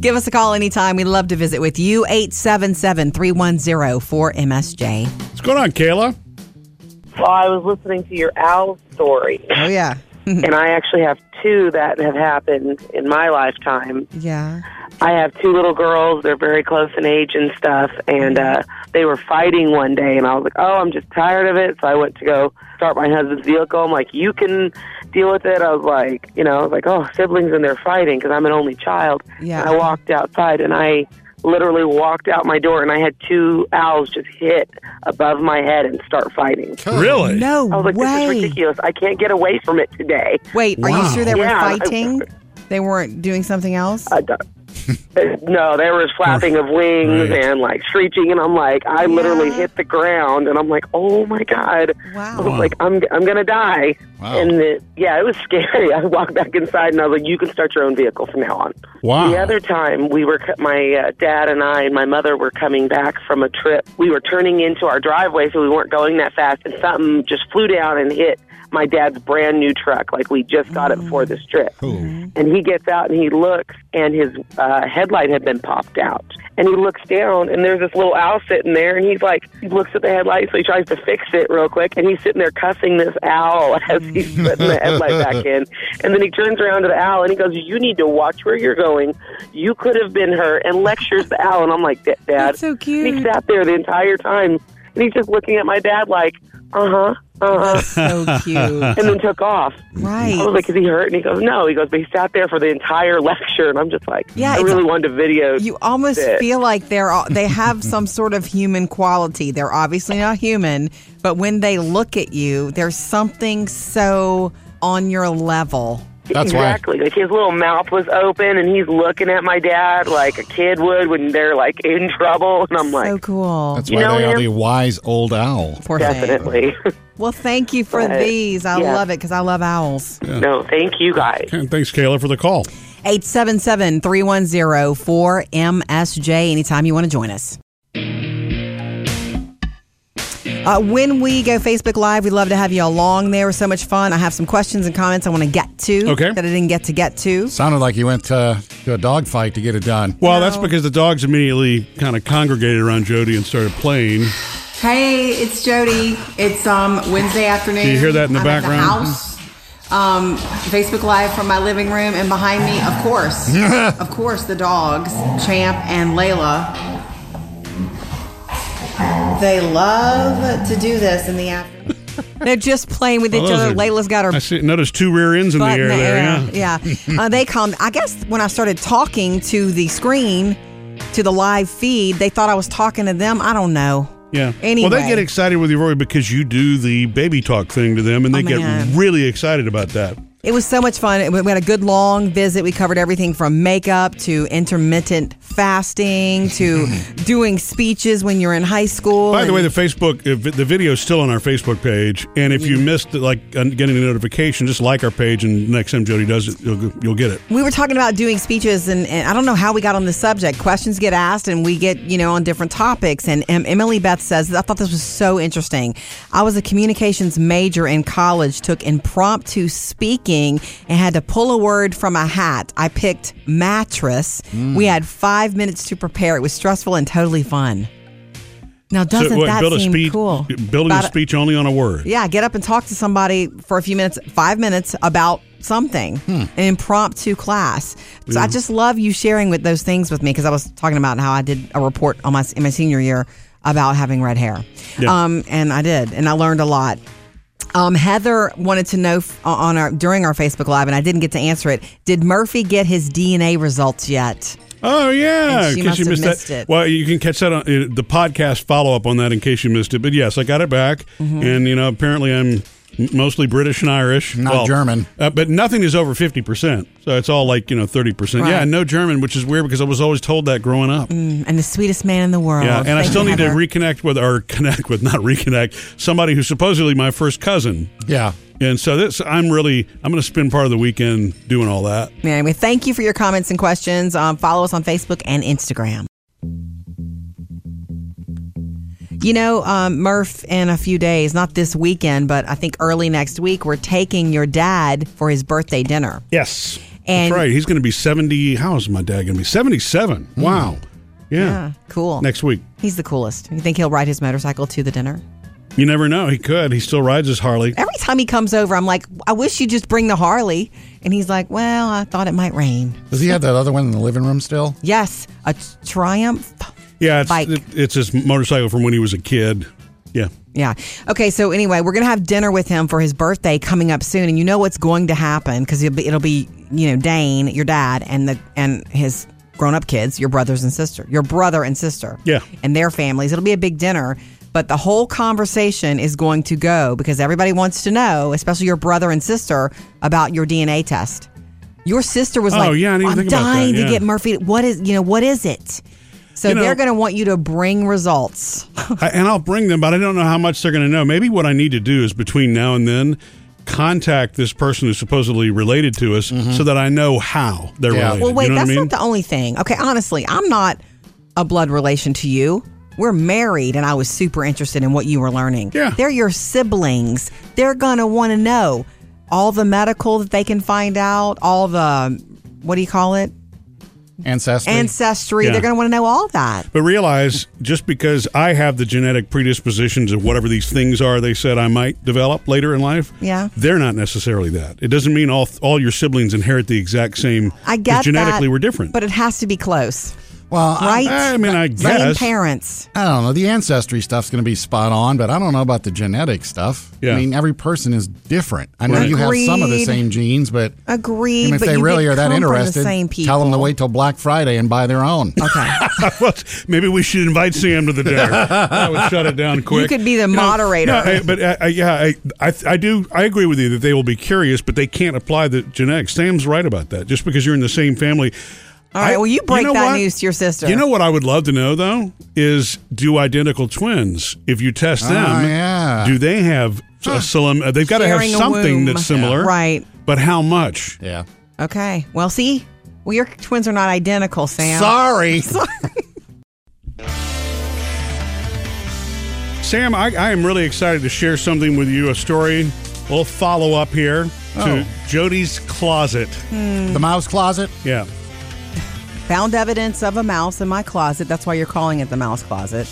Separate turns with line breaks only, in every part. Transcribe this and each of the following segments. Give us a call anytime. We'd love to visit with you. 877 310 4MSJ.
What's going on, Kayla?
Well, I was listening to your owl story,
Oh, yeah.
and I actually have two that have happened in my lifetime.
Yeah.
I have two little girls; they're very close in age and stuff. And uh, they were fighting one day, and I was like, "Oh, I'm just tired of it." So I went to go start my husband's vehicle. I'm like, "You can deal with it." I was like, you know, I was like, "Oh, siblings and they're fighting because I'm an only child."
Yeah.
And I walked outside, and I literally walked out my door, and I had two owls just hit above my head and start fighting.
Really?
No
I was like, this
way.
is ridiculous. I can't get away from it today.
Wait, are you
Wow.
sure they were
Yeah, I-
fighting? They weren't doing something else?
I don't- no, there was flapping of wings
Right.
and like screeching, and I'm like, I literally
Yeah.
hit the ground, and I'm like, oh my god, I
Wow. Oh.
was like, I'm I'm gonna die,
Wow.
and it, yeah, it was scary. I walked back inside, and I was like, you can start your own vehicle from now on.
Uh-huh.
Wow.
The other time we were, co- my uh, dad and I and my mother were coming back from a trip. We were turning into our driveway, so we weren't going that fast, and something just flew down and hit my dad's brand new truck. Like we just got
Mm.
it for this trip.
Ooh.
And he gets out and he looks, and his uh, headlight had been popped out. And he looks down, and there's this little owl sitting there, and he's like, he looks at the headlight, so he tries to fix it real quick, and he's sitting there cussing this owl as he's putting the headlight back in. And then he turns around to the owl and he goes, You need to watch where you're going. You could have been hurt, and lectures the owl. And I'm like, "Dad, Dad.
That's so
And he
cute.
sat there the entire time, and he's just looking at my dad, like, Uh huh, uh huh,
so cute.
and then took off. I was
Right.
like, is he hurt? And he goes, no. He goes, but he sat there for the entire lecture. And I'm just like,
Yeah,
I
it's-
really wanted to video.
You almost
Sick.
feel like they're all, they have some sort of human quality. They're obviously not human, but when they look at you, there's something so on your level.
That's why.
exactly. Like his little mouth was open and he's looking at my dad like a kid would when they're like in trouble. And I'm
so
like,
cool.
That's
You
why
know
they are
him?
the wise old owl.
Poor thing.
definitely.
Well, thank you for
But,
these. I
yeah.
love it because I love owls.
no, thank you guys.
And thanks, Kayla, for the call.
877 310 4MSJ. Anytime you want to join us. Uh, when we go Facebook Live, we love to have you along there. It was so much fun. I have some questions and comments I want to get to
Okay.
that I didn't get to get to.
Sounded like you went uh, to a dog fight to get it done.
Well, that's because the dogs immediately kind of congregated around Jody and started playing.
Hey, it's Jody. It's um Wednesday afternoon.
Do you hear that in the
I'm
background?
At the house. Um, Facebook Live from my living room, and behind me, of course, of course, the dogs, Champ and Layla. They love to do this in the afternoon.
They're just playing with each
Well, those
other.
are-
Layla's got her
I see, noticed two rear ends in the
butt
air there. yeah.
Yeah. Uh, they come. I guess when I started talking to the screen, to the live feed, they thought I was talking to them. I don't know.
Yeah.
Anyway.
Well, they get excited with you, Rory, because you do the baby talk thing to them, and they
Oh,
get
man.
really excited about that.
It was so much fun. We had a good long visit. We covered everything from makeup to intermittent fasting to doing speeches when you're in high school.
By the
and-
way, the Facebook uh, vi- the video is still on our Facebook page, and if you missed it, like uh, getting a notification, just like our page, and next time Jody does it, you'll, you'll get it.
we were talking about doing speeches, and, and I don't know how we got on the subject. Questions get asked, and we get, you know, on different topics. And um, Emily Beth says, I thought this was so interesting. I was a communications major in college, took impromptu speaking, and had to pull a word from a hat. I picked mattress.
Hmm.
We had five minutes to prepare. It was stressful and totally fun. Now, doesn't
what,
that
build a
seem
speech,
cool?
Building
About
a speech only on a word.
yeah, get up and talk to somebody for a few minutes, five minutes about something,
Hmm.
an impromptu class. So I just love you sharing with those things with me because I was talking about how I did a report on my in my senior year about having red hair,
Yeah.
um, and I did, and I learned a lot. Um, Heather wanted to know f- on our during our Facebook live, and I didn't get to answer it. Did Murphy get his DNA results yet?
Oh yeah,
And she
in case
must
you
have
missed
missed
that.
it.
Well, you can catch that on uh, the podcast follow up on that in case you missed it. But yes, I got it back,
Mm-hmm.
and you know apparently I'm m- mostly British and Irish,
Not German.
uh, but nothing is over fifty percent. So it's all like you know thirty percent. Yeah,
Right.
no German, which is weird because I was always told that growing up.
And the sweetest man in the world.
Yeah, and I
Oh, Thank
still
you,
need
Heather.
to reconnect with or connect with, not reconnect somebody who's supposedly my first cousin.
Yeah.
And so this, I'm really, I'm going to spend part of the weekend doing all that.
Anyway, thank you for your comments and questions. Um, follow us on Facebook and Instagram. You know, um, Murph, in a few days, not this weekend, but I think early next week, we're taking your dad for his birthday dinner.
Yes.
And
That's right. He's going to be 70. How is my dad going to be? 77. Wow. Yeah.
Hmm. yeah, Uh, cool.
Next week.
He's the coolest. You think he'll ride his motorcycle to the dinner?
You never know. He could. He still rides his Harley.
Every time he comes over, I'm like, I wish you'd just bring the Harley. And he's like, Well, I thought it might rain.
Does he have that other one in the living room still?
Yes, a Triumph.
Yeah, it's,
bike.
it- it's his motorcycle from when he was a kid. Yeah.
Yeah. Okay. So anyway, we're gonna have dinner with him for his birthday coming up soon, and you know what's going to happen because it'll be it'll be you know Dane, your dad, and the and his grown up kids, your brothers and sister, your brother and sister,
Yeah.
and their families. It'll be a big dinner. But the whole conversation is going to go because everybody wants to know, especially your brother and sister, about your DNA test. Your sister was
Oh,
like,
yeah, I didn't
"I'm
think about that,
dying
yeah.
to get Murphy. What is you know what is it?" So
You know-
they're going to want you to bring results.
I, and I'll bring them, but I don't know how much they're going to know. Maybe what I need to do is between now and then contact this person who's supposedly related to us so that I know how they're
Yeah.
related.
Well, wait,
you know
that's
what I mean?
not the only thing. Okay, honestly, I'm not a blood relation to you. We're married, and I was super interested in what you were learning.
Yeah.
They're your siblings. They're going to want to know all the medical that they can find out, all the, what do you call it?
Ancestry.
Ancestry.
Yeah.
They're going to want to know all that.
But realize just because I have the genetic predispositions of whatever these things are they said I might develop later in life,
Yeah.
they're not necessarily that. It doesn't mean all all your siblings inherit the exact same.
I
'cause
get
genetically
that,
we're different.
But it has to be close,
well, I,
right?
I mean, I
Same
guess.
parents.
I don't know. The ancestry stuff's going to be spot on, but I don't know about the genetic stuff.
Yeah.
I mean, every person is different. I know
Right.
you have some of the
Agreed.
same genes, but I
Agreed.
mean, if
but
they
you
really
did
are that
come from
interested,
the same people.
tell them to wait till Black Friday and buy their own.
Okay.
Well, Maybe we should invite Sam to the dinner. I would shut it down quick.
could be the
know,
moderator.
no, I- but I, I, yeah, I, I, I do. I agree with you that they will be curious, but they can't apply the genetics. Sam's right about that. Just because you're in the same family.
All right, well, you break that
what?
news to your sister.
You know what I would love to know though is do identical twins? If you test them,
yeah.
do they have a slim? uh, They've got to have
Sharing a
something
womb.
that's similar,
Right.
But how much?
yeah.
Okay. Well, see, well, your twins are not identical, Sam.
Sorry.
Sam, I, I am really excited to share something with you. A story. We'll follow up here to
Oh.
Jody's closet.
mm.
the mouse closet.
Yeah.
Found evidence of a mouse in my closet. That's why you're calling it the mouse closet.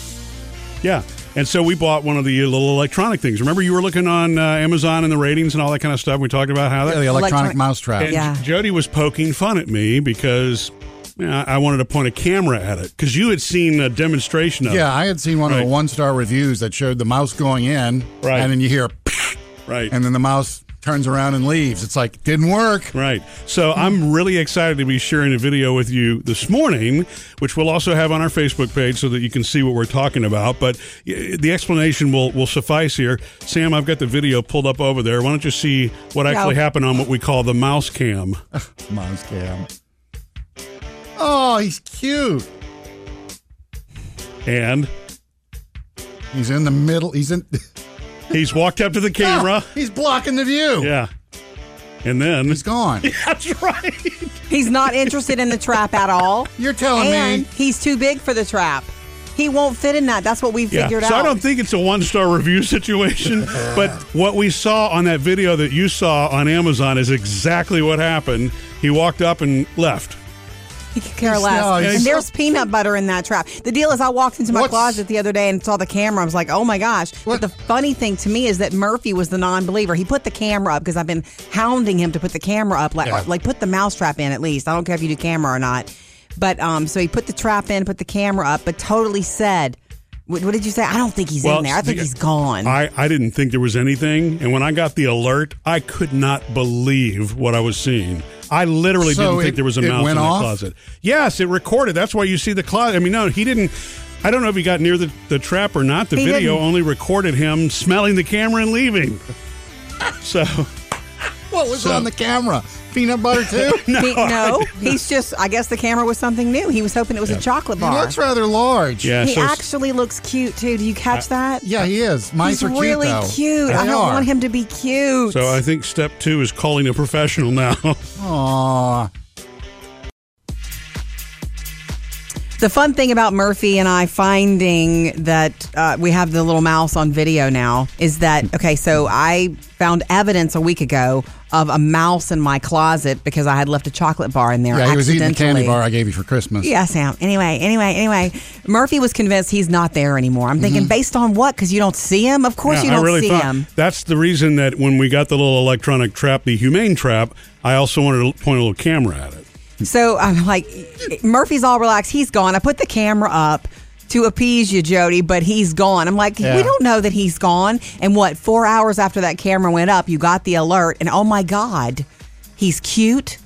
Yeah. And so we bought one of the little electronic things. Remember, you were looking on uh, Amazon and the ratings and all that kind of stuff. We talked about how that.
The electronic
Electronic-
mouse trap.
And
Yeah.
J- Jody was poking fun at me because you know, I wanted to point a camera at it because you had seen a demonstration of
Yeah, I had seen one of
Right.
the one star reviews that showed the mouse going in,
Right.
and then you hear,
it. Right.
and then the mouse turns around and leaves. It's like, didn't work.
Right. So I'm really excited to be sharing a video with you this morning, which we'll also have on our Facebook page so that you can see what we're talking about. But uh, the explanation will, will suffice here. Sam, I've got the video pulled up over there. Why don't you see what actually
Yeah.
happened on what we call the mouse cam?
Mouse cam. Oh, he's cute.
And
He's in the middle. He's in.
he's walked up to the camera.
he's blocking the view.
Yeah. And then.
He's gone.
That's right.
He's not interested in the trap at all.
You're telling
and
me.
he's too big for the trap. He won't fit in that. That's what we figured
so
out.
I don't think it's a one star review situation, but what we saw on that video that you saw on Amazon is exactly what happened. He walked up and left.
he could care
He's-
less.
no, he's
and
so-
there's peanut butter in that trap. The deal is, I walked into my
What's-
closet the other day and saw the camera. I was like, oh my gosh.
What-
But the funny thing to me is that Murphy was the non believer. He put the camera up because I've been hounding him to put the camera up, like,
Yeah.
like put the mousetrap in at least. I don't care if you do camera or not. But um, so he put the trap in, put the camera up, but totally said, what, what did you say? I don't think he's in there. I think
the-
he's gone.
I, I didn't think there was anything. And when I got the alert, I could not believe what I was seeing. I literally
So
didn't think
it-
there was a
it
mouse in
went
the
off?
closet. Yes, it recorded. That's why you see the closet. I mean, no, he didn't. I don't know if he got near the, the trap or not. The
He
video
didn't.
only recorded him smelling the camera and leaving. So,
What was
So-
on the camera? Peanut butter too.
He- no, he's just, I guess the camera was something new. He was hoping it was a chocolate
he
bar.
looks rather large.
yeah.
He
so
actually looks cute too. Do you catch that?
Yeah, he is. Mice
He's
are cute
really
though.
cute.
They
I don't
are.
want him to be cute.
So I think step two is calling a professional now.
Aw.
The fun thing about Murphy and I finding that uh, we have the little mouse on video now is that, okay, so I found evidence a week ago of a mouse in my closet because I had left a chocolate bar in there.
Yeah, he was eating the candy
accidentally.
bar I gave you for Christmas.
Yeah, Sam. Anyway, anyway, anyway, Murphy was convinced he's not there anymore. I'm thinking,
Mm-hmm.
based on what? Because you don't see him? Of course
Yeah,
you
I
don't
really
see
thought-
him.
That's the reason that when we got the little electronic trap, the humane trap, I also wanted to point a little camera at it.
So I'm like, Murphy's all relaxed. He's gone. I put the camera up to appease you, Jody, but he's gone. I'm like,
Yeah.
we don't know that he's gone. And what, four hours after that camera went up, you got the alert, and oh my God, he's cute,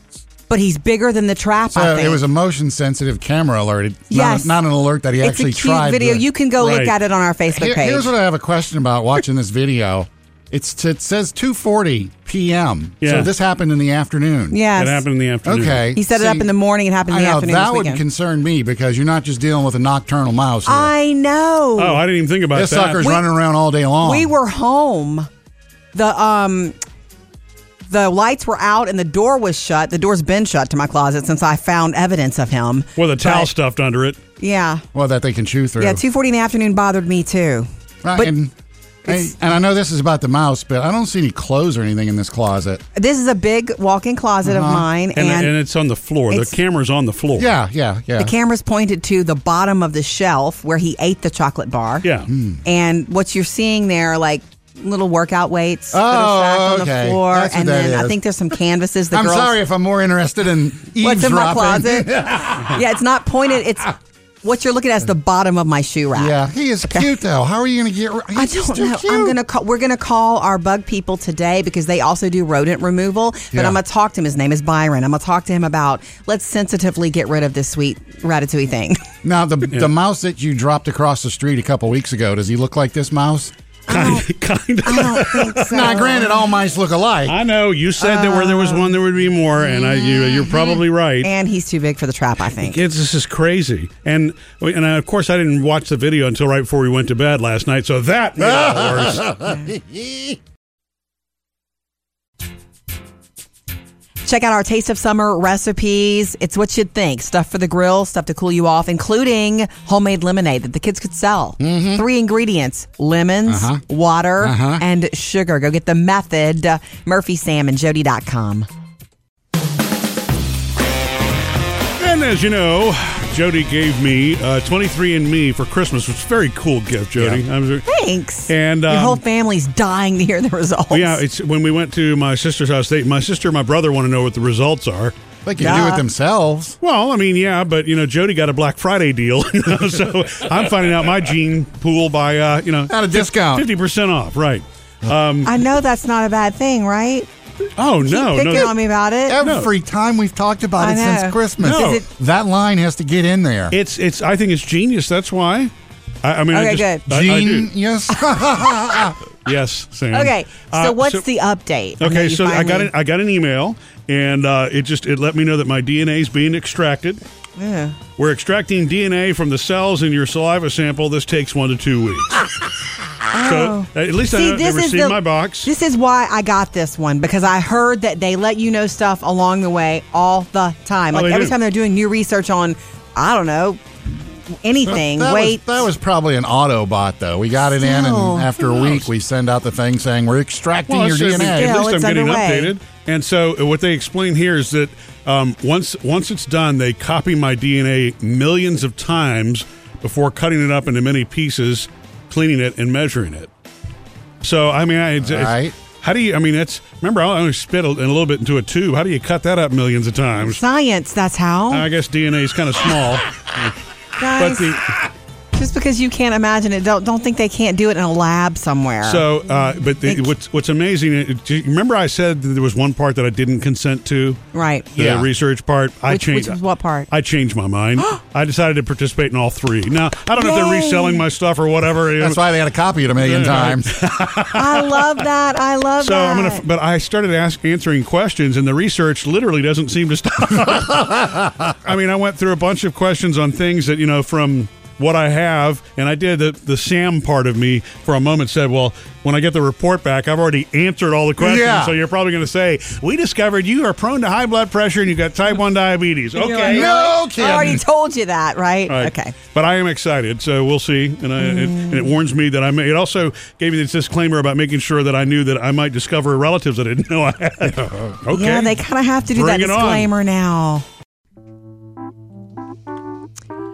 but he's bigger than the trap, I
So
think.
it was a motion sensitive camera alert. It- Not,
Yes.
not an alert that he
it's a
actually
cute
tried.
video.
to-
You can go
Right.
look at it on our Facebook
Here-
page.
Here's what I have a question about watching this video. It's it says 2:40 p.m.
Yeah.
So this happened in the afternoon.
yes.
It happened in the afternoon.
Okay.
He set it up
See,
in the morning. It happened in
I
the
know
afternoon.
that
this
would
weekend.
concern me because you're not just dealing with a nocturnal mouse. Here.
I know.
Oh, I didn't even think about
this
that.
sucker's running around all day long.
Um.
We were home. The um the lights were out and the door was shut. The door's been shut to my closet since I found evidence of him.
With a towel
But-
stuffed under it.
Yeah.
well that they can chew through.
Yeah, two forty in the afternoon bothered me too.
Right,
but
and,
it's-
and I know this is about the mouse, but I don't see any clothes or anything in this closet.
This is a big walk in closet of mine
Uh-huh. And,
and,
and it's on the floor. The
It's-
camera's on the floor.
Yeah, yeah, yeah.
the camera's pointed to the bottom of the shelf where he ate the chocolate bar.
Yeah.
Hmm.
And what you're seeing there are like little workout weights that
Oh,
are stacked on
okay.
the floor.
That's what
and
that
then I
is.
think there's some canvases the
I'm
girls
sorry if I'm more interested in eavesdropping.
what's in my closet. yeah, it's not pointed. It's what you're looking at is the bottom of my shoe rack.
yeah, he is cute though. How are you going to get?
I
he's
don't
too
know.
Cute.
I'm gonna call, we're gonna call our bug people today because they also do rodent removal. But
Yeah.
I'm gonna talk to him. His name is Byron. I'm gonna talk to him about let's sensitively get rid of this sweet ratatouille thing.
Now the the mouse that you dropped across the street a couple weeks ago. Does he look like this mouse?
Oh.
Kind, kind of.
I don't think so.
Now, granted, all mice look alike.
Uh, I know. You said that where there was one, there would be more. And I, you, you're probably right.
And he's too big for the trap. I think.
Kids, this is crazy. And and I, of course, I didn't watch the video until right before we went to bed last night. So that made it worse.
Check out our Taste of Summer recipes. It's what you'd think stuff for the grill, stuff to cool you off, including homemade lemonade that the kids could sell.
Mm-hmm.
Three ingredients lemons,
Uh-huh.
water, and sugar. Go get the method, uh, murphysamandjody.com.
And as you know, Jody gave me uh, 23andMe for Christmas, which is a very cool gift, Jody. I was-
Thanks.
And,
Your
um,
whole family's dying to hear the results.
yeah, it's when we went to my sister's house. They, my sister and my brother want to know what the results are.
They can do it themselves.
Well, I mean, yeah, but you know, Jody got a Black Friday deal, you know, so I'm finding out my gene pool by uh, you know
At a discount.
fifty percent off. Right?
I know that's not a bad thing, right?
Oh
Keep
no,
picking
no,
on me about it.
Every time we've talked about
I
it
know.
since Christmas,
No. Is
that line has to get in there.
It's it's. I think it's genius. That's why. I, I mean, I
Okay,
just,
good.
I- I do.
Genius.
Yes, Sam.
Okay, so
Uh,
what's the update? know
Okay,
you
so I got
finally-
an, I got an email, and uh, it just it let me know that my DNA is being extracted.
Yeah.
We're extracting DNA from the cells in your saliva sample. This takes one to two weeks.
Oh.
So uh, at least I know they received my box.
This is why I got this one because I heard that they let you know stuff along the way all the time.
Oh,
Like
they
every
do.
time they're doing new research on, I don't know, anything.
That
Wait,
Was, that was probably an Autobot, though. We got it in,
Still.
and after a week, we send out the thing saying we're extracting
Well,
your
it's- I mean,
DNA.
Yeah.
At least I'm
it's
getting
underway.
updated. And so uh, what they explain here is that um, once once it's done, they copy my DNA millions of times before cutting it up into many pieces, cleaning it, and measuring it. So I mean, I, it's, it's-
Right.
how do you? I mean, that's remember I only spit a, a little bit into a tube. How do you cut that up millions of times?
science, that's how.
I guess DNA is kind of small, but
Guys,
the
just because you can't imagine it, don't don't think they can't do it in a lab somewhere.
So, uh, but the, what's what's amazing? it- do you Remember, I said that there was one part that I didn't consent to.
Right.
The
Yeah.
research part. I
Which-
changed.
which was what part?
I changed my mind. I decided to participate in all three. Now I don't know if they're
Yay.
reselling my stuff or whatever.
That's why they had to copy it a million times.
I love that. I love
So
that.
I'm gonna. But I started ask, answering questions, and the research literally doesn't seem to stop. I mean, I went through a bunch of questions on things that you know from. what I have, and I did the, the Sam part of me for a moment said, well, when I get the report back, I've already answered all the questions.
Yeah.
So you're probably going to say, we discovered you are prone to high blood pressure and you got type 1 diabetes.
You're
Okay.
like,
No
"Really? I already
kidding.
told you that, right?
All right.
Okay. Mm.
But I am excited, so we'll see. And, I, it, and it warns me that I may. It also gave me this disclaimer about making sure that I knew that I might discover relatives that I didn't know I had. okay.
Yeah, they kind of have to do that
Bring it on.
disclaimer now.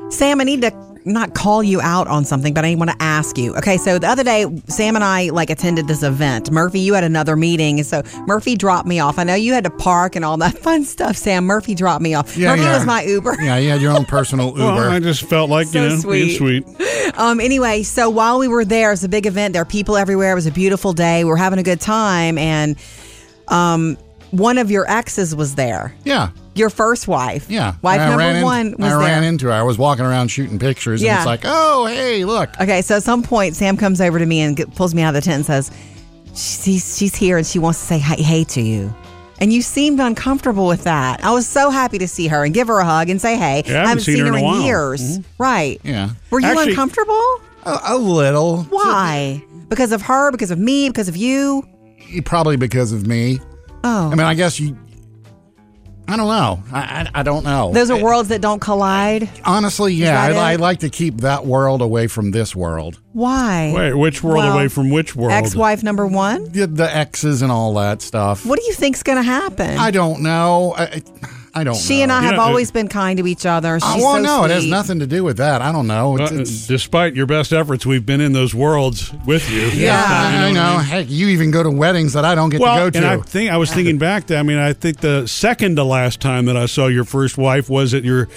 Sam, I need to not call you out on something, but I want to ask you. Okay, so the other day, Sam and I like attended this event. Murphy, you had another meeting, and so Murphy dropped me off. I know you had to park and all that fun stuff. Sam, Murphy dropped me off. Murphy was my Uber.
Yeah, you had your own personal Uber.
Well, I just felt like
So
you know
sweet.
being sweet.
Um, anyway, so while we were there, it's a big event. There are people everywhere. It was a beautiful day. We were having a good time, and um, one of your exes was there.
yeah.
Your first wife.
Yeah.
Wife
And I
number
ran in-
one was
I ran
there.
into her. I was walking around shooting pictures,
Yeah.
and it's like, oh, hey, look.
Okay, so at some point, Sam comes over to me and get, pulls me out of the tent and says, she's, she's here and she wants to say hi, hey to you. And you seemed uncomfortable with that. I was so happy to see her and give her a hug and say hey.
Yeah, I haven't seen her in a while. Mm-hmm.
years. Right.
Yeah.
Were you
Actually-
uncomfortable?
A, a little.
Why? Because of her, because of me, because of you?
Probably because of me.
Oh.
I mean, I guess you. I don't know. I, I, I don't know.
Those are worlds that don't collide.
Honestly, yeah,
that
I, I
it?
like to keep that world away from this world.
Why?
Wait, which world
Well,
away from which world?
Ex-wife number one.
The, the exes and all that stuff.
What do you think's going to happen?
I don't know. I, I- I don't know.
she and I
You
have
know, it-
always been kind to each other. She's
I, well,
so
no, it has
sweet.
nothing to do with that. I don't know.
Uh,
It's, it's,
despite your best efforts, we've been in those worlds with you.
yeah,
You
I
what
know.
mean?
Heck, you even go to weddings that I don't get
Well,
to go
and
to.
I think I was thinking back to. I mean, I think the second to last time that I saw your first wife was at your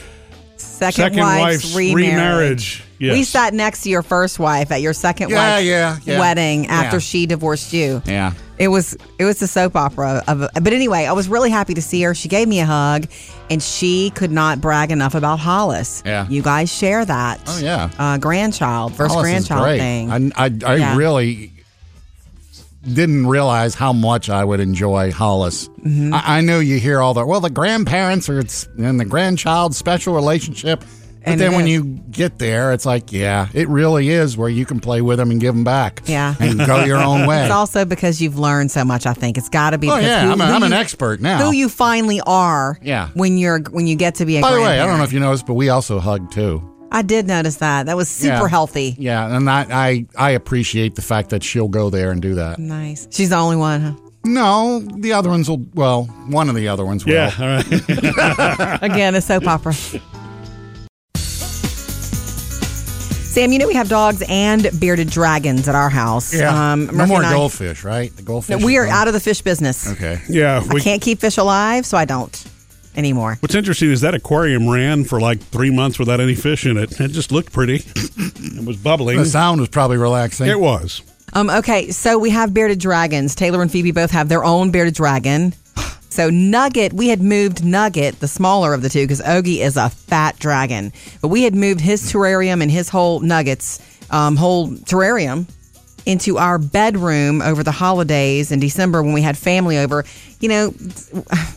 Second,
second
wife's,
wife's
remarriage.
remarriage. Yes.
We sat next to your first wife at your second
Yeah,
wife's
yeah, yeah.
wedding after
Yeah.
she divorced you.
yeah.
It was it was the soap opera of but anyway, I was really happy to see her. She gave me a hug and she could not brag enough about Hollis.
Yeah.
You guys share that.
Oh, yeah.
Uh, grandchild, first
Alice is
grandchild
great.
thing.
I, I, I
Yeah.
really didn't realize how much I would enjoy Hollis.
Mm-hmm.
I, I know you hear all the well, the grandparents are it's and the grandchild special relationship. But
And
then
it
when
is.
you get there, it's like, yeah, it really is where you can play with them and give them back.
Yeah.
And go your own way.
It's also because you've learned so much. I think it's got to be.
oh,
because
yeah.
who-
I'm, a,
who
I'm an
you-
expert now.
Who you finally are.
Yeah.
When you're when you get to be a.
By the way, I don't know if you noticed, but we also hug too.
grandparent. I did notice that. That was super
Yeah.
healthy.
Yeah. And I, I, I appreciate the fact that she'll go there and do that.
Nice. She's the only one. Huh?
No, the other ones will, well, one of the other ones will.
Yeah, all right.
Again, a soap opera. Sam, you know we have dogs and bearded dragons at our house. Um,
Yeah.
Murphy
no more
and I-
goldfish, right? The goldfish.
No,
is
we are
gone.
out of the fish business.
Okay.
Yeah,
I
we-
can't keep fish alive, so I don't anymore.
What's interesting is that aquarium ran for like three months without any fish in it. It just looked pretty. It was bubbling.
The sound was probably relaxing.
It was.
Um, okay, so we have bearded dragons. Taylor and Phoebe both have their own bearded dragon. So Nugget, we had moved Nugget, the smaller of the two, because Ogie is a fat dragon. But we had moved his terrarium and his whole Nuggets um, whole terrarium into our bedroom over the holidays in December when we had family over. You know,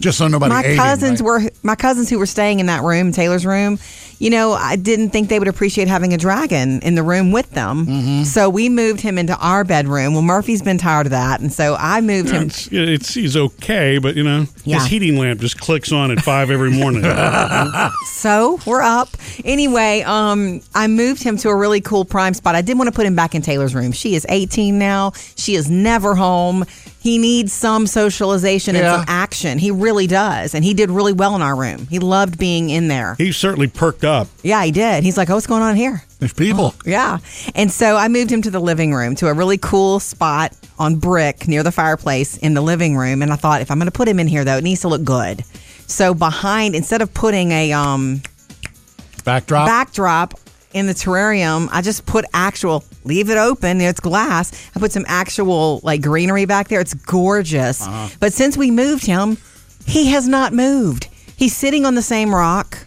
Just so nobody
my
ate him,
cousins
right?
were my cousins who were staying in that room, Taylor's room. You know, I didn't think they would appreciate having a dragon in the room with them. So we moved him into our bedroom. Well, Murphy's been tired of that, and so I moved him.
It's, it's he's okay, but you know
Yeah.
his heating lamp just clicks on at five every morning.
So we're up. Anyway, um, I moved him to a really cool prime spot. I didn't want to put him back in Taylor's room. She is 18 now. She is never home. He needs some socialization
Yeah.
and some action. He really does, and he did really well in our room. He loved being in there.
he certainly perked up.
Yeah, he did. He's like, "Oh, what's going on here?"
There's people.
Yeah. And so I moved him to the living room to a really cool spot on brick near the fireplace in the living room. And I thought, if I'm going to put him in here, though, it needs to look good. So behind, instead of putting a um,
Backdrop.
backdrop in the terrarium, I just put actual, leave it open, it's glass. I put some actual like greenery back there. It's gorgeous.
Uh-huh.
But since we moved him, he has not moved. He's sitting on the same rock,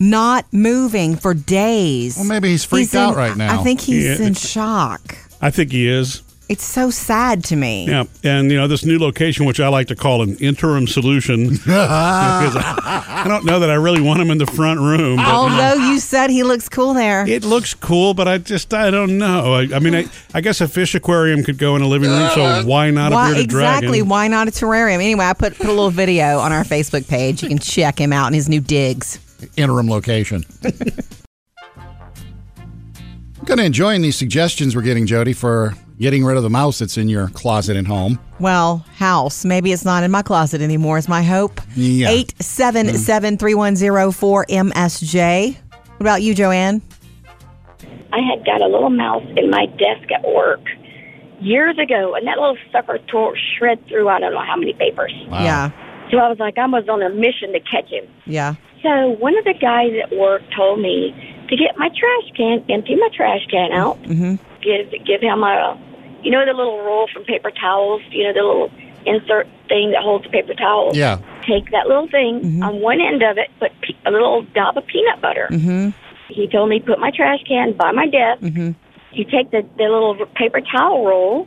not moving for days.
Well, maybe he's freaked
in-
out right now.
I think he's
Yeah.
in shock.
I think he is.
It's so sad to me.
Yeah, and you know this new location, which I like to call an interim solution, because I, I don't know that I really want him in the front room. but-
Although you said he looks cool there.
It looks cool, but I just I don't know. I, I mean, I, I guess a fish aquarium could go in a living room, so why not a
Why
bearded
exactly?
dragon?
Why not a terrarium? Anyway, I put, put a little video on our Facebook page. You can check him out and his new digs.
interim location. I'm kind of enjoying these suggestions we're getting, Jody, for getting rid of the mouse that's in your closet at home.
Well, house. Maybe it's not in my closet anymore. Is my hope.
Yeah.
Eight seven seven three one zero four MSJ. What about you, Joanne?
I had got a little mouse in my desk at work years ago, and that little sucker tore shred through I don't know how many papers.
Wow.
Yeah,
So I was like, I was on a mission to catch him.
yeah.
So one of the guys at work told me to get my trash can, empty my trash can out, mm-hmm. give give him a, you know, the little roll from paper towels, you know, the little insert thing that holds the paper towel.
Yeah.
Take that little thing on one end of it, put pe- a little dab of peanut butter. Mm-hmm. He told me put my trash can by my desk. Mm-hmm. You take the, the little paper towel roll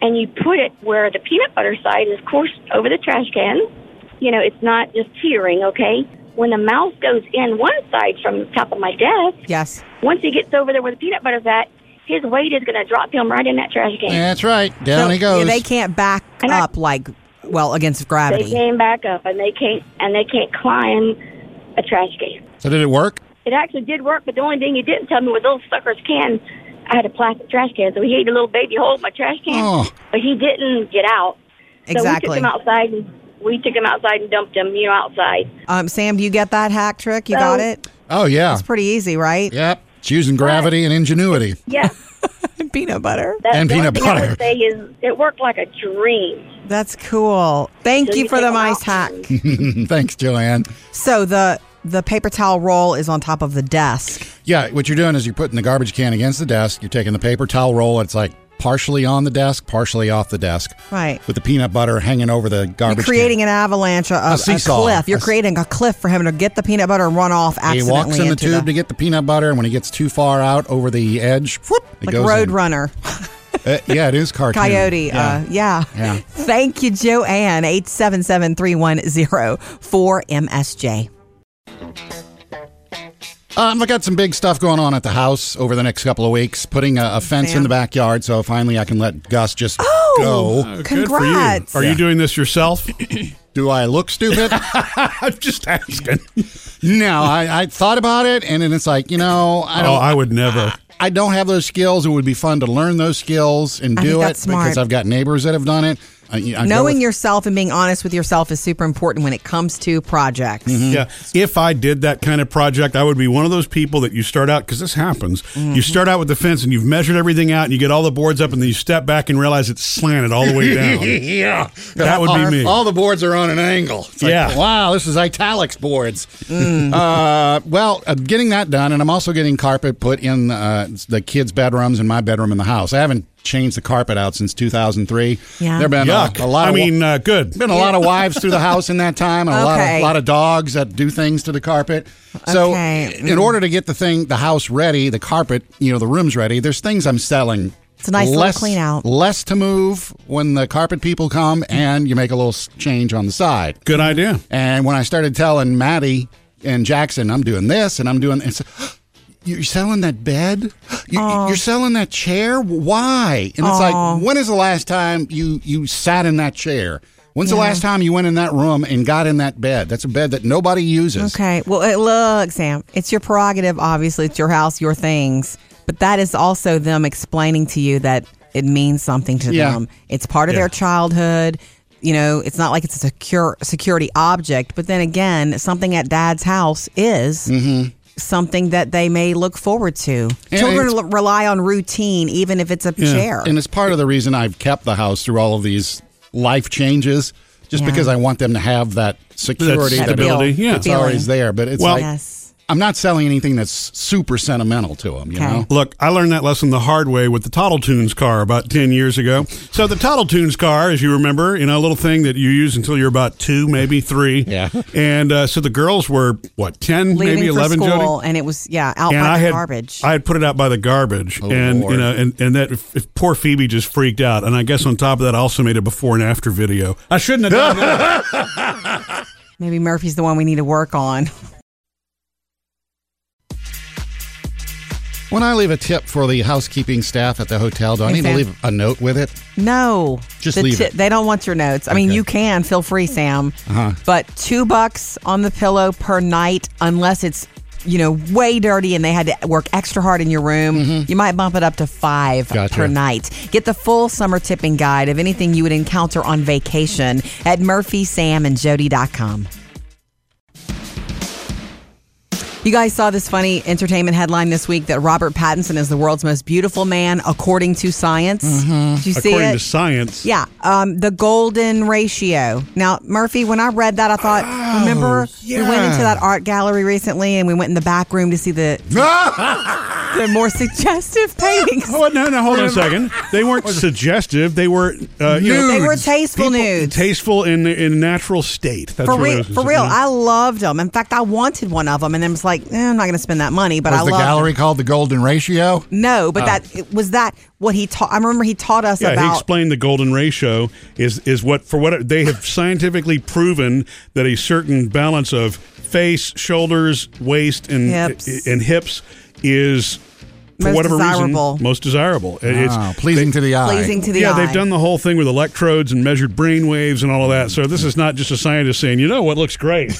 and you put it where the peanut butter side is coursed over the trash can. You know, it's not just tearing, okay? When the mouse goes in one side from the top of my desk,
Yes.
once he gets over there where the peanut butter's at, his weight is going to drop him right in that trash can.
That's right. Down
So,
he goes.
yeah, they can't back
And I-
up like well against gravity.
They came back up and they can't and they can't climb a trash can.
so did it work?
It actually did work, but the only thing you didn't tell me was those suckers can. I had a plastic trash can, so he ate a little baby hole in my trash can,
Oh.
but he didn't get out. So we
Exactly.
took him outside and we took him outside and dumped him, you know, outside.
Um, Sam, do you get that hack trick? You
So-
got it.
Oh, yeah.
It's pretty easy, right?
Yep. It's using gravity and ingenuity.
Yeah,
Peanut butter.
that,
And
the only
peanut
thing I
butter.
would say is it worked like a dream.
That's cool. Thank
So
you
you
for
take
the
them
nice
out.
hack.
Thanks, Joanne.
So the the paper towel roll is on top of the desk.
Yeah, what you're doing is you're putting the garbage can against the desk. You're taking the paper towel roll. It's like partially on the desk, partially off the desk,
Right.
with the peanut butter hanging over the garbage
You're creating
can.
an avalanche, a, a,
seesaw.
cliff. You're
A s-
creating a cliff for him to get the peanut butter and run off
He
accidentally
walks in the
into
tube to get the peanut butter, and when he gets too far out over the edge, whoop, it
like
goes
Road
in.
Runner,
Uh, yeah, it is cartoon.
Coyote.
Yeah.
Uh, yeah.
Yeah.
Thank you, Joanne. 877 310 4MSJ.
Um, I got some big stuff going on at the house over the next couple of weeks. Putting a, a fence in
Sam?
the backyard, so finally I can let Gus just go.
Oh, good for you.
Congrats.
Are you doing this yourself?
Do I look stupid?
I'm just asking.
no, I, I thought about it, and then it's like you know, I
Oh,
don't. Ah.
I would never.
I don't have those skills. It would be fun to learn those skills and
I
do
think
it
that's smart.
because I've got neighbors that have done it. I, I go
Knowing
with-
yourself and being honest with yourself is super important when it comes to projects.
Yeah.
Mm.
If I did that kind of project, I would be one of those people that you start out because this happens.
Mm-hmm.
You start out with the fence and you've measured everything out and you get all the boards up and then you step back and realize it's slanted all the way down.
yeah,
That would be
all,
me.
All the boards are on an angle. It's like,
Yeah.
wow, this is italics boards.
Mm.
Uh, well, I'm getting that done, and I'm also getting carpet put in uh, the kids' bedrooms and my bedroom in the house. I haven't changed the carpet out since 2003.
Yeah.
there been a,
Yuck.
a lot.
I
of
mean, uh, good.
Been a lot of wives through the house in that time, and a lot of
Okay.
lot of dogs that do things to the carpet. So,
Okay.
in order to get the thing, the house ready, the carpet, you know, the rooms ready. There's things I'm selling.
It's a nice little
less,
clean out.
Less to move when the carpet people come, and you make a little s- change on the side.
Good idea.
And when I started telling Maddie and Jackson, I'm doing this and I'm doing this. You're selling that bed? You, you're selling that chair? Why? And it's like, when is the last time you you sat in that chair? When's the last time you went in that room and got in that bed? That's a bed that nobody uses.
Okay. Well, uh, look, Sam, it's your prerogative. Obviously, it's your house, your things. But that is also them explaining to you that it means something to
Yeah.
them. It's part of
Yeah.
their childhood. You know, it's not like it's a secure security object. But then again, something at Dad's house is.
Mm-hmm.
Something that they may look forward to.
And
Children
it's-
l- rely on routine, even if it's a chair.
And it's part of the reason I've kept the house through all of these life changes, just
Yeah.
because I want them to have that security,
That
that
stability,
it-
yeah.
it's
Feeling.
always there. But it's
Well-
like,
yes.
I'm not selling anything that's super sentimental to them. You
Okay.
know,
Look, I learned that lesson the hard way with the Toddle Tunes car about 10 years ago. So, the Toddle Tunes car, as you remember, you know, a little thing that you use until you're about two, maybe three.
Yeah.
And uh, so the girls were, what, 10,
leaving
maybe
for
11, Jody?
school, and it was yeah out
and
by
I
the
had
garbage.
I had put it out by the garbage, and you
Oh, Lord.
know, and and that if, if poor Phoebe just freaked out, and I guess on top of that, I also made a before and after video. I shouldn't have done that.
Maybe Murphy's the one we need to work on.
when I leave a tip for the housekeeping staff at the hotel, do I
Hey,
need to
Sam.
leave a note with it?
No,
Just
The
leave
ti-
it. Uh-huh.
They don't want your notes. I mean, you can feel free, Sam, but two bucks on the pillow per night, unless it's you know way dirty and they had to work extra hard in your room. You might bump it up to five
Mm-hmm. Gotcha.
per night. Get the full summer tipping guide of anything you would encounter on vacation at murphysamandjody.com. You guys saw this funny entertainment headline this week that Robert Pattinson is the world's most beautiful man according to science.
Mm-hmm.
Did you see
According
it?
to science,
Yeah, um, the golden ratio. Now, Murphy, when I read that, I thought,
Oh,
remember we went into that art gallery recently and we went in the back room to see the the more suggestive paintings.
Oh, no, no, hold on a second. They weren't suggestive. They were uh, you know,
They were tasteful
people-
nudes.
tasteful in in natural state. That's
for
what it
real,
was.
for real, I loved them. In fact, I wanted one of them, and then was like, eh, I'm not going to spend that money. But I
Was the
loved 'em.
gallery called the Golden Ratio?
No, but that it- was that what he taught. I remember he taught us
Oh. yeah,
about.
he explained the golden ratio is is what for what it- they have scientifically proven that a certain balance of face, shoulders, waist, and
Hips.
and hips is for
Most
whatever
desirable.
reason most desirable. It- It's
Oh, pleasing to the eye.
Pleasing to the
yeah,
eye.
they've done the whole thing with electrodes and measured brain waves and all of that. So this is not just a scientist saying, you know what looks great.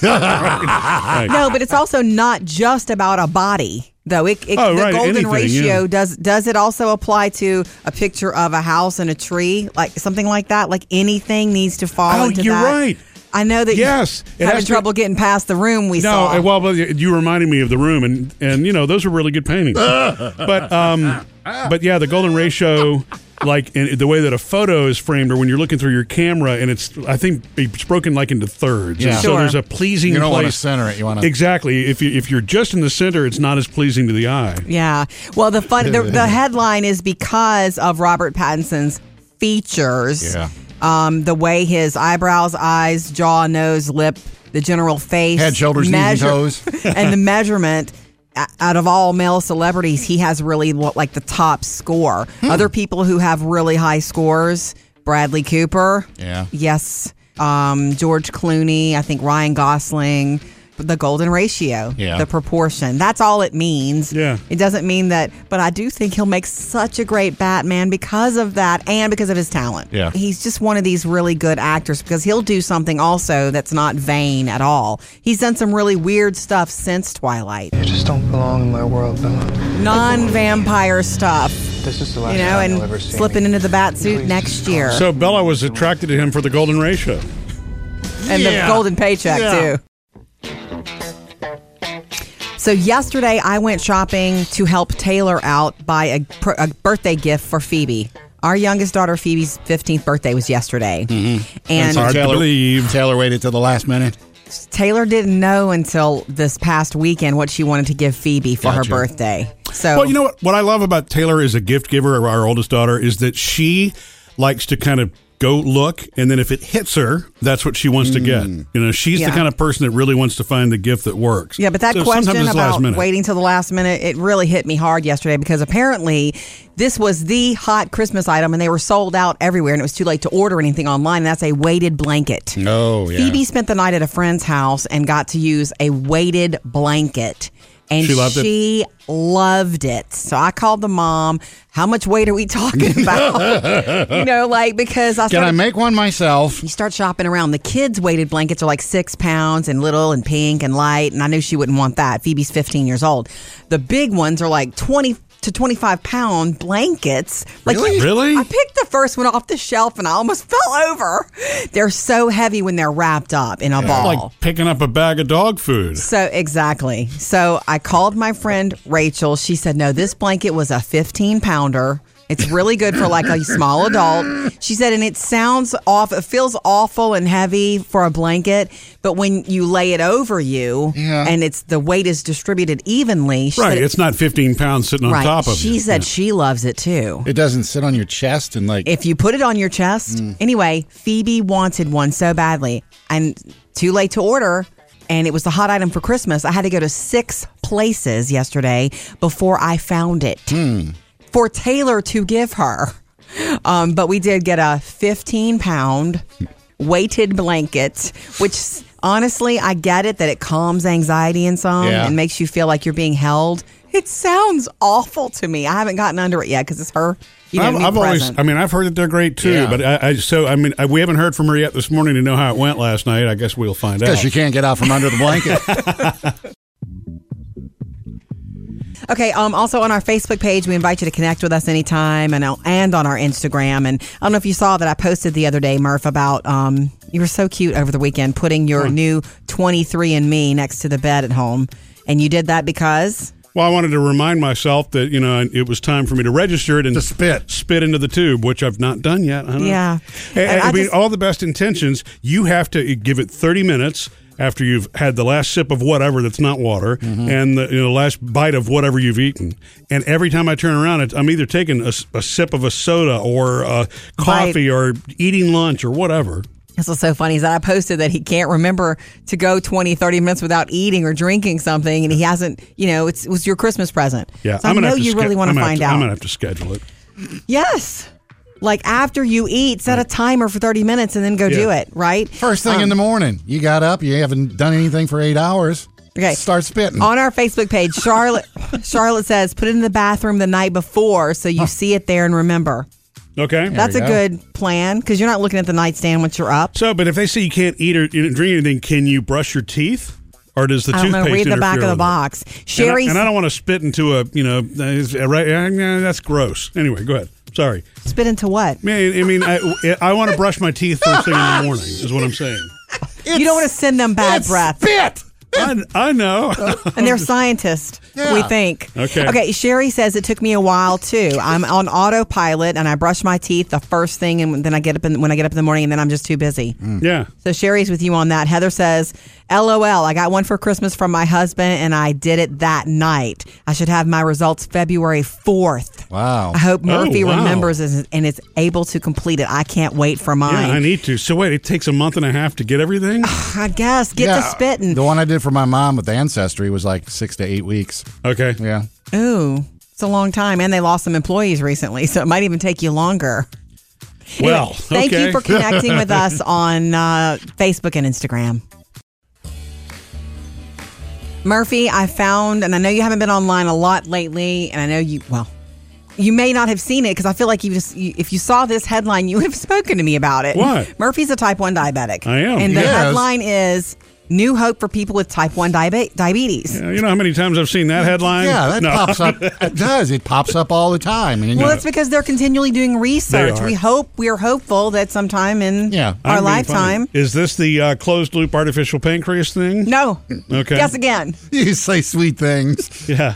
Right.
No, but it's also not just about a body, though. It, it,
Oh,
the
right,
golden
anything,
ratio
yeah.
does does it also apply to a picture of a house and a tree, like something like that? Like anything needs to fall.
Oh,
into
you're
that?
right.
I know that. you-
Yes, it
having
has to-
trouble getting past the room we
No,
saw.
uh, well, but you- you reminded me of the room, and and you know those were really good paintings. but um, but yeah, the golden ratio, like in, the way that a photo is framed, or when you're looking through your camera, and it's I think it's broken like into thirds.
Yeah.
And So
Sure.
there's a pleasing.
You don't
place.
wanna center it, you wanna-
exactly. If you if you're just in the center, it's not as pleasing to the eye.
yeah. Well, the fun. The, the headline is because of Robert Pattinson's features.
Yeah.
Um, the way his eyebrows, eyes, jaw, nose, lip, the general face,
Head, shoulders, knees, and toes.
and the measurement o- out of all male celebrities, he has really lo- like the top score.
Hmm.
Other people who have really high scores: Bradley Cooper,
Yeah.
yes, um, George Clooney, I think Ryan Gosling. The golden ratio,
Yeah.
the proportion. That's all it means.
Yeah.
It doesn't mean that, but I do think he'll make such a great Batman because of that and because of his talent.
Yeah.
He's just one of these really good actors because he'll do something also that's not vain at all. He's done some really weird stuff since Twilight.
You just don't belong in my world, Bella.
Non vampire stuff.
This is the last
You know,
time you'll ever
and
see
slipping
me.
into the bat suit next year.
So Bella was attracted to him for the golden ratio.
and
Yeah.
the golden paycheck
Yeah.
too. So yesterday, I went shopping to help Taylor out buy a, pr- a birthday gift for Phoebe. Our youngest daughter, Phoebe's fifteenth birthday was yesterday, and
Hard to
Taylor,
believe.
Taylor waited till the last minute.
Taylor didn't know until this past weekend what she wanted to give Phoebe for
Gotcha.
her birthday. So
Well, you know what? What I love about Taylor as a gift giver, our oldest daughter, is that she likes to kind of go look, and then if it hits her, that's what she wants to get. You know, she's
Hmm. Yeah.
the kind of person that really wants to find the gift that works.
Yeah, but that
So sometimes
question
it's last
about
minute.
waiting till the last minute, it really hit me hard yesterday because apparently this was the hot Christmas item and they were sold out everywhere and it was too late to order anything online. And that's a weighted blanket.
Oh, yeah.
Phoebe spent the night at a friend's house and got to use a weighted blanket. And
She loved it?
she loved it. So I called the mom. How much weight are we talking about? you know, like because I
Can
started
I make one myself?
you start shopping around. The kids' weighted blankets are like six pounds and little and pink and light. And I knew she wouldn't want that. Phoebe's 15 years old. The big ones are like 20 to 25 pound blankets. Like
Really? Really?
I picked the first one off the shelf and I almost fell over. They're so heavy when they're wrapped up in a ball.
like picking up a bag of dog food.
So exactly. So I called my friend Rachel. She said, "No, this blanket was a 15 pounder." It's really good for like a small adult. She said, and it sounds off. It feels awful and heavy for a blanket, but when you lay it over you,
Yeah.
and it's the weight is distributed evenly. She
Right.
said,
It's not 15 pounds sitting on
right.
top of
she
you.
said she loves it too.
It doesn't sit on your chest and like.
If you put it on your chest,
Mm.
anyway, Phoebe wanted one so badly, and too late to order. And it was the hot item for Christmas. I had to go to six places yesterday before I found it
Hmm.
for Taylor to give her. Um, but we did get a 15 pound weighted blanket, which honestly, I get it that it calms anxiety in some
Yeah.
and makes you feel like you're being held. It sounds awful to me. I haven't gotten under it yet because it's her. You know,
I've,
new
I've always,
present.
I mean, I've heard that they're great too,
Yeah.
but I, I, so, I mean, I, we haven't heard from her yet this morning to know how it went last night. I guess we'll find out.
Because you can't get out from under the blanket.
Okay. Um. Also on our Facebook page, we invite you to connect with us anytime, and and on our Instagram. And I don't know if you saw that I posted the other day, Murph, about um. You were so cute over the weekend, putting your
Hmm.
new twenty three and Me next to the bed at home, and you did that because
Well, I wanted to remind myself that you know it was time for me to register it and
To spit.
spit into the tube, which I've not done yet. I don't know.
Yeah.
And- and
And
I,
I
mean,
just-
all the best intentions, you have to give it thirty minutes after you've had the last sip of whatever that's not water
Mm-hmm.
and the you know, last bite of whatever you've eaten. And every time I turn around, it's, I'm either taking a, s- a sip of a soda or a coffee or eating lunch or whatever.
This was so funny is that I posted that he can't remember to go 20, 30 minutes without eating or drinking something, and he hasn't, you know, it's, it was your Christmas present.
Yeah,
So I know
have
you
sch-
really want
I'm
to
gonna
find
have
out.
I'm gonna have to schedule it.
yes. Like after you eat, set a timer for 30 minutes and then go
Yeah.
do it, right?
First thing in the morning, you got up, you haven't done anything for eight hours.
Okay.
Start spitting.
On our Facebook page, Charlotte Charlotte says, put it in the bathroom the night before so you see it there and remember.
Okay.
That's a
we go.
good plan because you're not looking at the nightstand once you're up.
So, but if they say you can't eat or you know, drink anything, can you brush your teeth, or does the
I don't
toothpaste
know. Read the
interfere
back of
with
the
it?
box.
And I-
Sherry
and I, don't want to spit into a you know it's- uh, right. uh, nah, That's gross. Anyway, go ahead. Sorry.
spit into what?
Man, I mean, I, I want to brush my teeth first thing in the morning. Is what I'm saying.
you don't want to send them bad
It's
breath.
Spit.
I, I know.
and they're scientists. We
Yeah.
think.
Okay.
Okay. Sherry says it took me a while too. I'm on autopilot and I brush my teeth the first thing, and then I get up in, when I get up in the morning, and then I'm just too busy.
yeah.
So Sherry's with you on that. Heather says, "LOL, I got one for Christmas from my husband, and I did it that night. I should have my results February fourth.
Wow.
I hope Murphy
Oh, wow.
remembers and and is able to complete it. I can't wait for
Yeah, I
mine.
need to. So wait, it takes a month and a half to get everything.
I guess get to spitting.
The one I did for my mom with Ancestry was like six to eight weeks.
Okay.
Yeah.
Ooh." It's a long time, and they lost some employees recently, so it might even take you longer.
Well.
Thank
okay.
you for connecting with us on uh, Facebook and Instagram. Murphy, I found, and I know you haven't been online a lot lately, and I know you, well, you may not have seen it because I feel like you just, you, if you saw this headline, you would have spoken to me about it.
What?
Murphy's a type 1 diabetic.
I am.
And the
Yes.
headline is New Hope for People with Type 1 diabe- Diabetes.
Yeah, you know how many times I've seen that headline?
Yeah, that
no.
pops up. It does. It pops up all the time. And then
Well,
you-
it's because they're continually doing research.
are.
We hope, we're hopeful that sometime in
Yeah,
our
I'm being
lifetime.
funny. Is this the uh, closed loop artificial pancreas thing?
No.
Okay.
Guess again.
you say sweet things.
Yeah.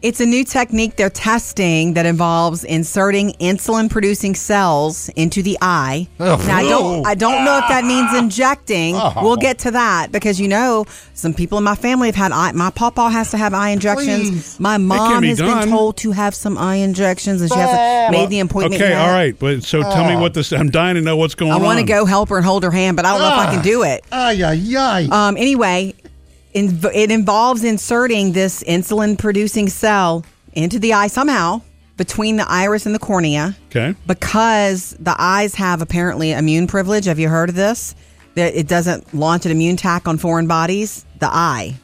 It's a new technique they're testing that involves inserting insulin producing cells into the eye.
Oh,
Ugh.
Now, I don't I don't know if that means injecting. We'll get to that because you know some people in my family have had eye my papa has to have eye injections.
Please.
My mom
be
has
done.
been told to have some eye injections and she hasn't made the appointment
Okay,
yet.
all right. But so tell me what this I'm dying to know what's going
I
on. Ah.
want to go help her and hold her hand, but I don't know if I can do it.
Ay, ay, ay.
Um, anyway, in, it involves inserting this insulin producing cell into the eye somehow between the iris and the cornea
Okay.
because the eyes have apparently immune privilege. Have you heard of this? That it doesn't launch an immune attack on foreign bodies. The eye,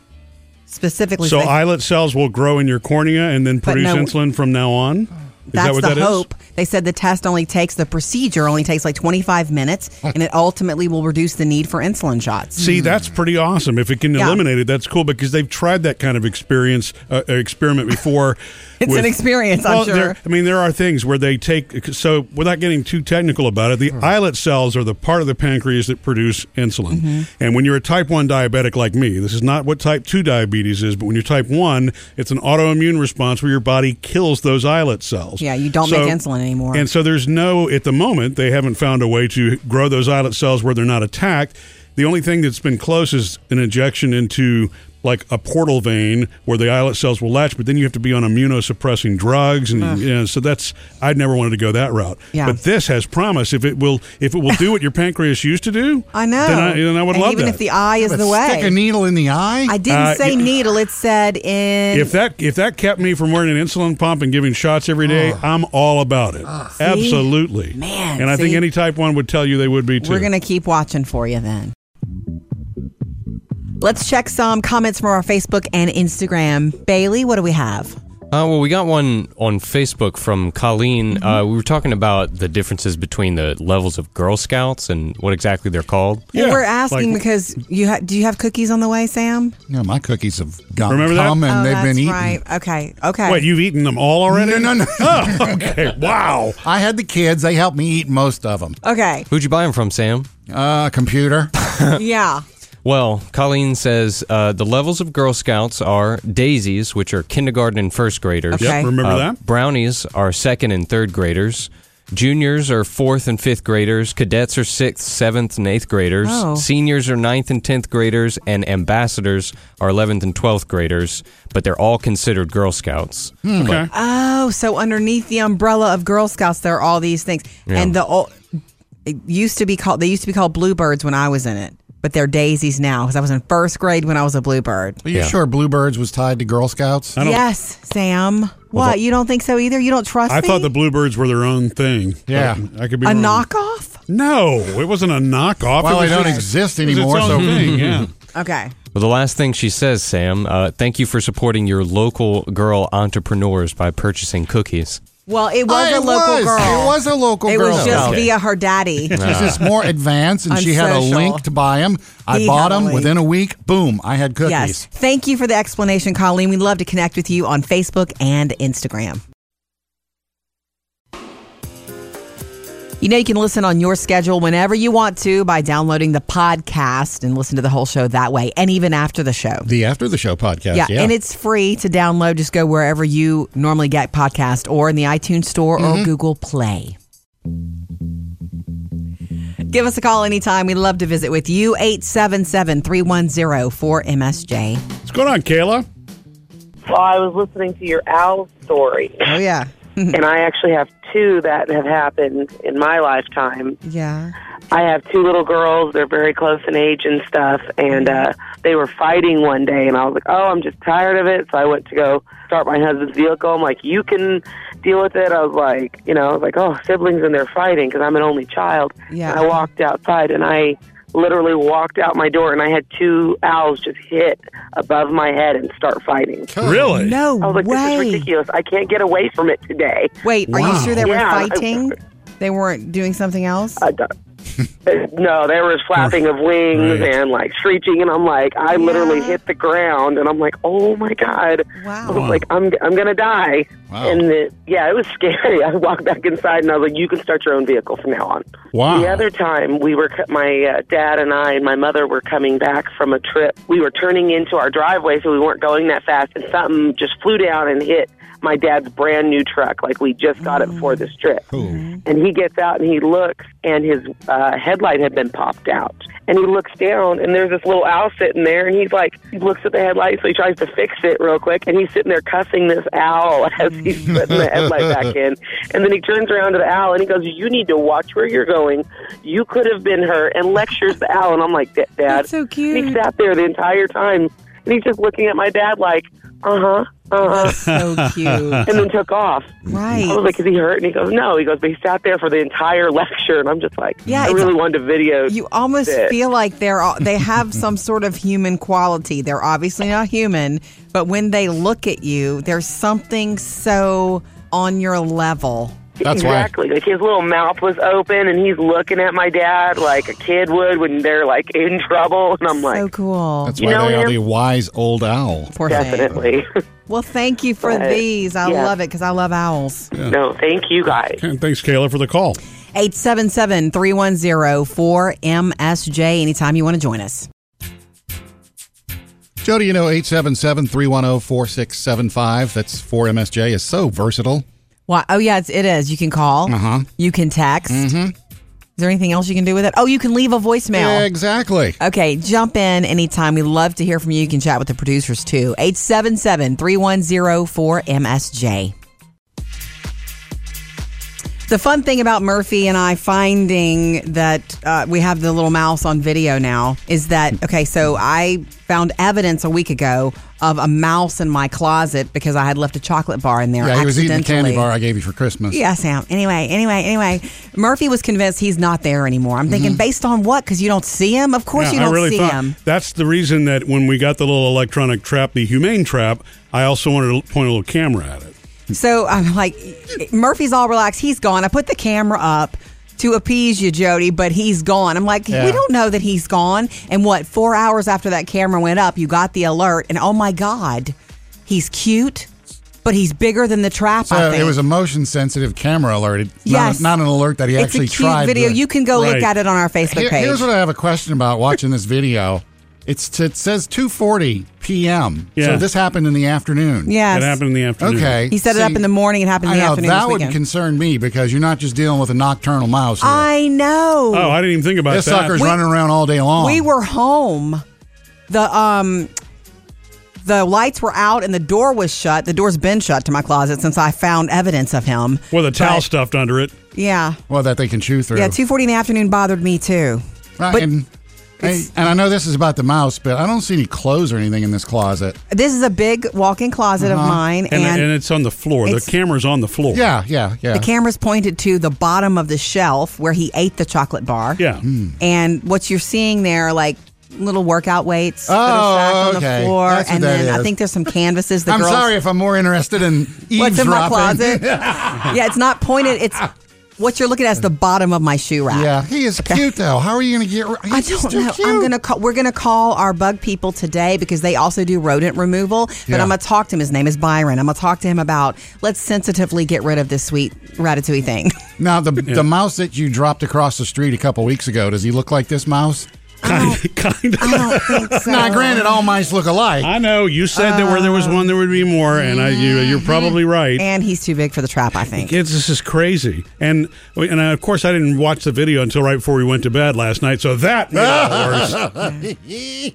specifically.
So
they-
islet cells will grow in your cornea and then
But
produce
no-
insulin from now on? Is
that's
that what
the
that is?
hope. They said the test only takes the procedure only takes like 25 minutes, and it ultimately will reduce the need for insulin shots.
See, that's pretty awesome. If it can
Hmm. Yeah.
eliminate it, that's cool because they've tried that kind of experience uh, uh, experiment before.
It's an experience, I'm
Well, there-
sure.
I mean, there are things where they take. So, without getting too technical about it, the islet cells are the part of the pancreas that produce insulin.
Mm-hmm.
And when you're a type one diabetic like me, this is not what type two diabetes is, but when you're type one, it's an autoimmune response where your body kills those islet cells. cells.
Yeah, you don't make insulin anymore.
And so there's no, at the moment, they haven't found a way to grow those islet cells where they're not attacked. The only thing that's been close is an injection into like a portal vein where the islet cells will latch, but then you have to be on immunosuppressing drugs, and you know, so that's I'd never wanted to go that route.
Yeah.
But this has promise if it will if it will do what your pancreas used to do.
I know.
Then I, then I would
and
love
even
that.
if the eye is
But
the way.
Stick a needle in the eye.
I didn't
Uh,
say
you-
needle. It said in.
if that if that kept me from wearing an insulin pump and giving shots every day, I'm all about it. Absolutely,
Man,
And I think
see?
any type one would tell you they would be too.
We're going to keep watching for you then. Let's check some comments from our Facebook and Instagram. Bailey, what do we have?
Uh, well, we got one on Facebook from Colleen. Uh, we were talking about the differences between the levels of Girl Scouts and what exactly they're called.
Yeah,
well, we're asking
like-
because you ha- do you have cookies on the way, Sam?
no, my cookies have gone
Remember that?
come and
oh,
they've
that's
been eaten.
right. Okay. Okay.
Wait, you've eaten them all already?
No, no, no.
Oh, okay. Wow.
I had the kids. They helped me eat most of them.
okay.
Who'd you buy them from, Sam?
Uh, computer.
yeah.
Well, Colleen says uh, the levels of Girl Scouts are daisies, which are kindergarten and first graders.
Yep, Okay.
remember
Uh,
that?
Brownies are second and third graders. Juniors are fourth and fifth graders. Cadets are sixth, seventh, and eighth graders.
Oh.
Seniors are ninth and tenth graders. And ambassadors are 11th and 12th graders, but they're all considered Girl Scouts.
Hmm.
Hmm.
Okay.
Oh, so underneath the umbrella of Girl Scouts, there are all these things, and the old it used to be called they used to be called bluebirds when I was in it, but they're daisies now because I was in first grade when I was a bluebird.
Are you
Yeah.
sure Bluebirds was tied to Girl Scouts?
don't-
Yes, Sam. What you don't think so either? You don't trust
I
me?
thought the bluebirds were their own thing.
Yeah.
I, I could be
a
wrong.
knockoff.
No, it wasn't a knockoff. it
Well,
was
they don't
just-
exist
it was its
anymore,
own
so-
thing, yeah.
Okay.
Well, the last thing she says, Sam, uh, thank you for supporting your local girl entrepreneurs by purchasing cookies.
Well, it was
Oh,
a
it
local
was.
girl.
It was a local
It
Girl
was just
Scout.
via her daddy.
She's just more advanced, and she had a
Unsocial.
link to buy them. I
He had
bought
a
them
link.
within a week. Boom! I had cookies.
Yes. Thank you for the explanation, Colleen. We'd love to connect with you on Facebook and Instagram. You know, you can listen on your schedule whenever you want to by downloading the podcast and listen to the whole show that way, and even after the show.
The after the show podcast.
Yeah,
Yeah,
and it's free to download. Just go wherever you normally get podcast or in the iTunes store or Google Play. Give us a call anytime. We'd love to visit with you. 877 310 4MSJ.
What's going on, Kayla?
Well, I was listening to your owl story,
Oh, yeah.
and I actually have two that have happened in my lifetime.
Yeah.
I have two little girls. They're very close in age and stuff. And uh, they were fighting one day, and I was like, "Oh, I'm just tired of it." So I went to go start my husband's vehicle. I'm like, "You can deal with it." I was like, you know, I was like, "Oh, siblings and they're fighting because I'm an only child."
Yeah.
And I walked outside, and I literally walked out my door, and I had two owls just hit above my head and start fighting.
Really?
No
I was like, Oh, "This is
way.
ridiculous. I can't get away from it today."
Wait, are you
Wow.
sure they were
Yeah, I- uh,
fighting? They weren't doing something else?
I don't- no, there was flapping of wings
Right.
and like screeching, and I'm like, I literally
Yeah.
hit the ground, and I'm like, oh my god, I
Wow.
was like, I'm I'm gonna die,
Wow.
and the, yeah, it was scary. I walked back inside, and I was like, you can start your own vehicle from now on.
Wow.
The other time, we were co- my uh, dad and I and my mother were coming back from a trip. We were turning into our driveway, so we weren't going that fast, and something just flew down and hit my dad's brand new truck. Like we just got it for this trip.
Mm-hmm.
And he gets out and he looks, and his uh, headlight had been popped out. And he looks down, and there's this little owl sitting there, and he's like, he looks at the headlight, so he tries to fix it real quick, and he's sitting there cussing this owl as he's
Mm.
putting the headlight back in. And then he turns around to the owl and he goes, "You need to watch where you're going. You could have been hurt." And lectures the owl, and I'm like, "Da- "Dad,
That's so
And he
cute.
sat there the entire time, and he's just looking at my dad like, "Uh huh, uh huh,"
so cute.
and then took off. I was
Right.
like, is he hurt? And he goes, no. He goes, but he sat there for the entire lecture. And I'm just like,
Yeah,
I
it's-
really wanted to video.
You almost
this.
feel like they're all, they have some sort of human quality. They're obviously not human, but when they look at you, there's something so on your level.
That's why-
exactly. Like his little mouth was open and he's looking at my dad like a kid would when they're like in trouble. And I'm
So
like,
cool.
That's
You
why
know
they are
him?
the wise old owl.
Poor thing.
definitely.
Well, thank you for
But,
these. I
yeah.
love it because I love owls.
no, thank you guys.
Okay, thanks, Kayla, for the call.
877 310 4MSJ. Anytime you want to join us.
Jody, oh, you know, 877 310 4675. That's 4MSJ is so versatile.
Why? Oh, yeah, it's, it is. You can call. Uh-huh. You can text. Is there anything else you can do with it? Oh, you can leave a voicemail.
Exactly.
Okay, jump in anytime. We love to hear from you. You can chat with the producers too. 877 310 4MSJ. The fun thing about Murphy and I finding that uh, we have the little mouse on video now is that, okay, so I found evidence a week ago of a mouse in my closet because I had left a chocolate bar in there.
Yeah, he was eating the candy
accidentally.
bar I gave you for Christmas.
Yeah, Sam. Anyway, anyway, anyway, Murphy was convinced he's not there anymore. I'm
Mm-hmm.
thinking, based on what? Because you don't see him. Of course, you
Yeah, I
don't
really
see
thought
him.
that's the reason that when we got the little electronic trap, the humane trap, I also wanted to point a little camera at it.
So I'm like, Murphy's all relaxed. He's gone. I put the camera up to appease you, Jody, but he's gone. I'm like,
Yeah.
we don't know that he's gone. And what? Four hours after that camera went up, you got the alert, and oh my God, he's cute, but he's bigger than the trap. I
So
think.
it was a motion sensitive camera alert. It-
Yes.
Not, not an alert that he
It's
actually
a cute
tried.
video.
to-
you can go
Right.
look at it on our Facebook
Here-
page.
Here's what I have a question about watching this video. It's it says 2:40 p.m.
Yeah.
So this happened in the afternoon.
yes.
It happened in the afternoon.
Okay.
He set it
See,
up in the morning. It happened in the
I know,
afternoon.
That
this
would
weekend.
concern me because you're not just dealing with a nocturnal mouse. Here.
I know.
Oh, I didn't even think about
this
that.
sucker's
We-
running around all day long.
We were home. The um the lights were out and the door was shut. The door's been shut to my closet since I found evidence of him.
With a towel
But-
stuffed under it.
Yeah.
well that they can chew through.
Yeah, two forty in the afternoon bothered me too.
Right,
but
and, I,
it's-
and I know this is about the mouse, but I don't see any clothes or anything in this closet.
This is a big walk in closet
Uh-huh.
of mine
And,
and,
and, it's on the floor. The
It's-
camera's on the floor.
Yeah, yeah, yeah.
the camera's pointed to the bottom of the shelf where he ate the chocolate bar.
Yeah.
Hmm. And what you're seeing there are like little workout weights that
Oh,
are stacked on
okay.
the floor.
That's what
and
that
then I
is.
think there's some canvases. The
I'm
girls
sorry if I'm more interested in eavesdropping.
what's in my closet. yeah, it's not pointed. It's what you're looking at is the bottom of my shoe rack.
yeah, he is cute though. How are you going to get? He's
I don't
too
know.
Cute.
I'm gonna call, we're gonna call our bug people today because they also do rodent removal. But
Yeah.
I'm gonna talk to him. His name is Byron. I'm gonna talk to him about let's sensitively get rid of this sweet ratatouille thing.
Now the the mouse that you dropped across the street a couple weeks ago. Does he look like this mouse?
Kind, kind of.
I don't think so.
Now, granted, all mice look alike.
I know. You said that where there was one, there would be more. And I, you, you're probably right.
And he's too big for the trap. I think.
Kids, this is crazy, and and I, of course I didn't watch the video until right before we went to bed last night. So that made it worse.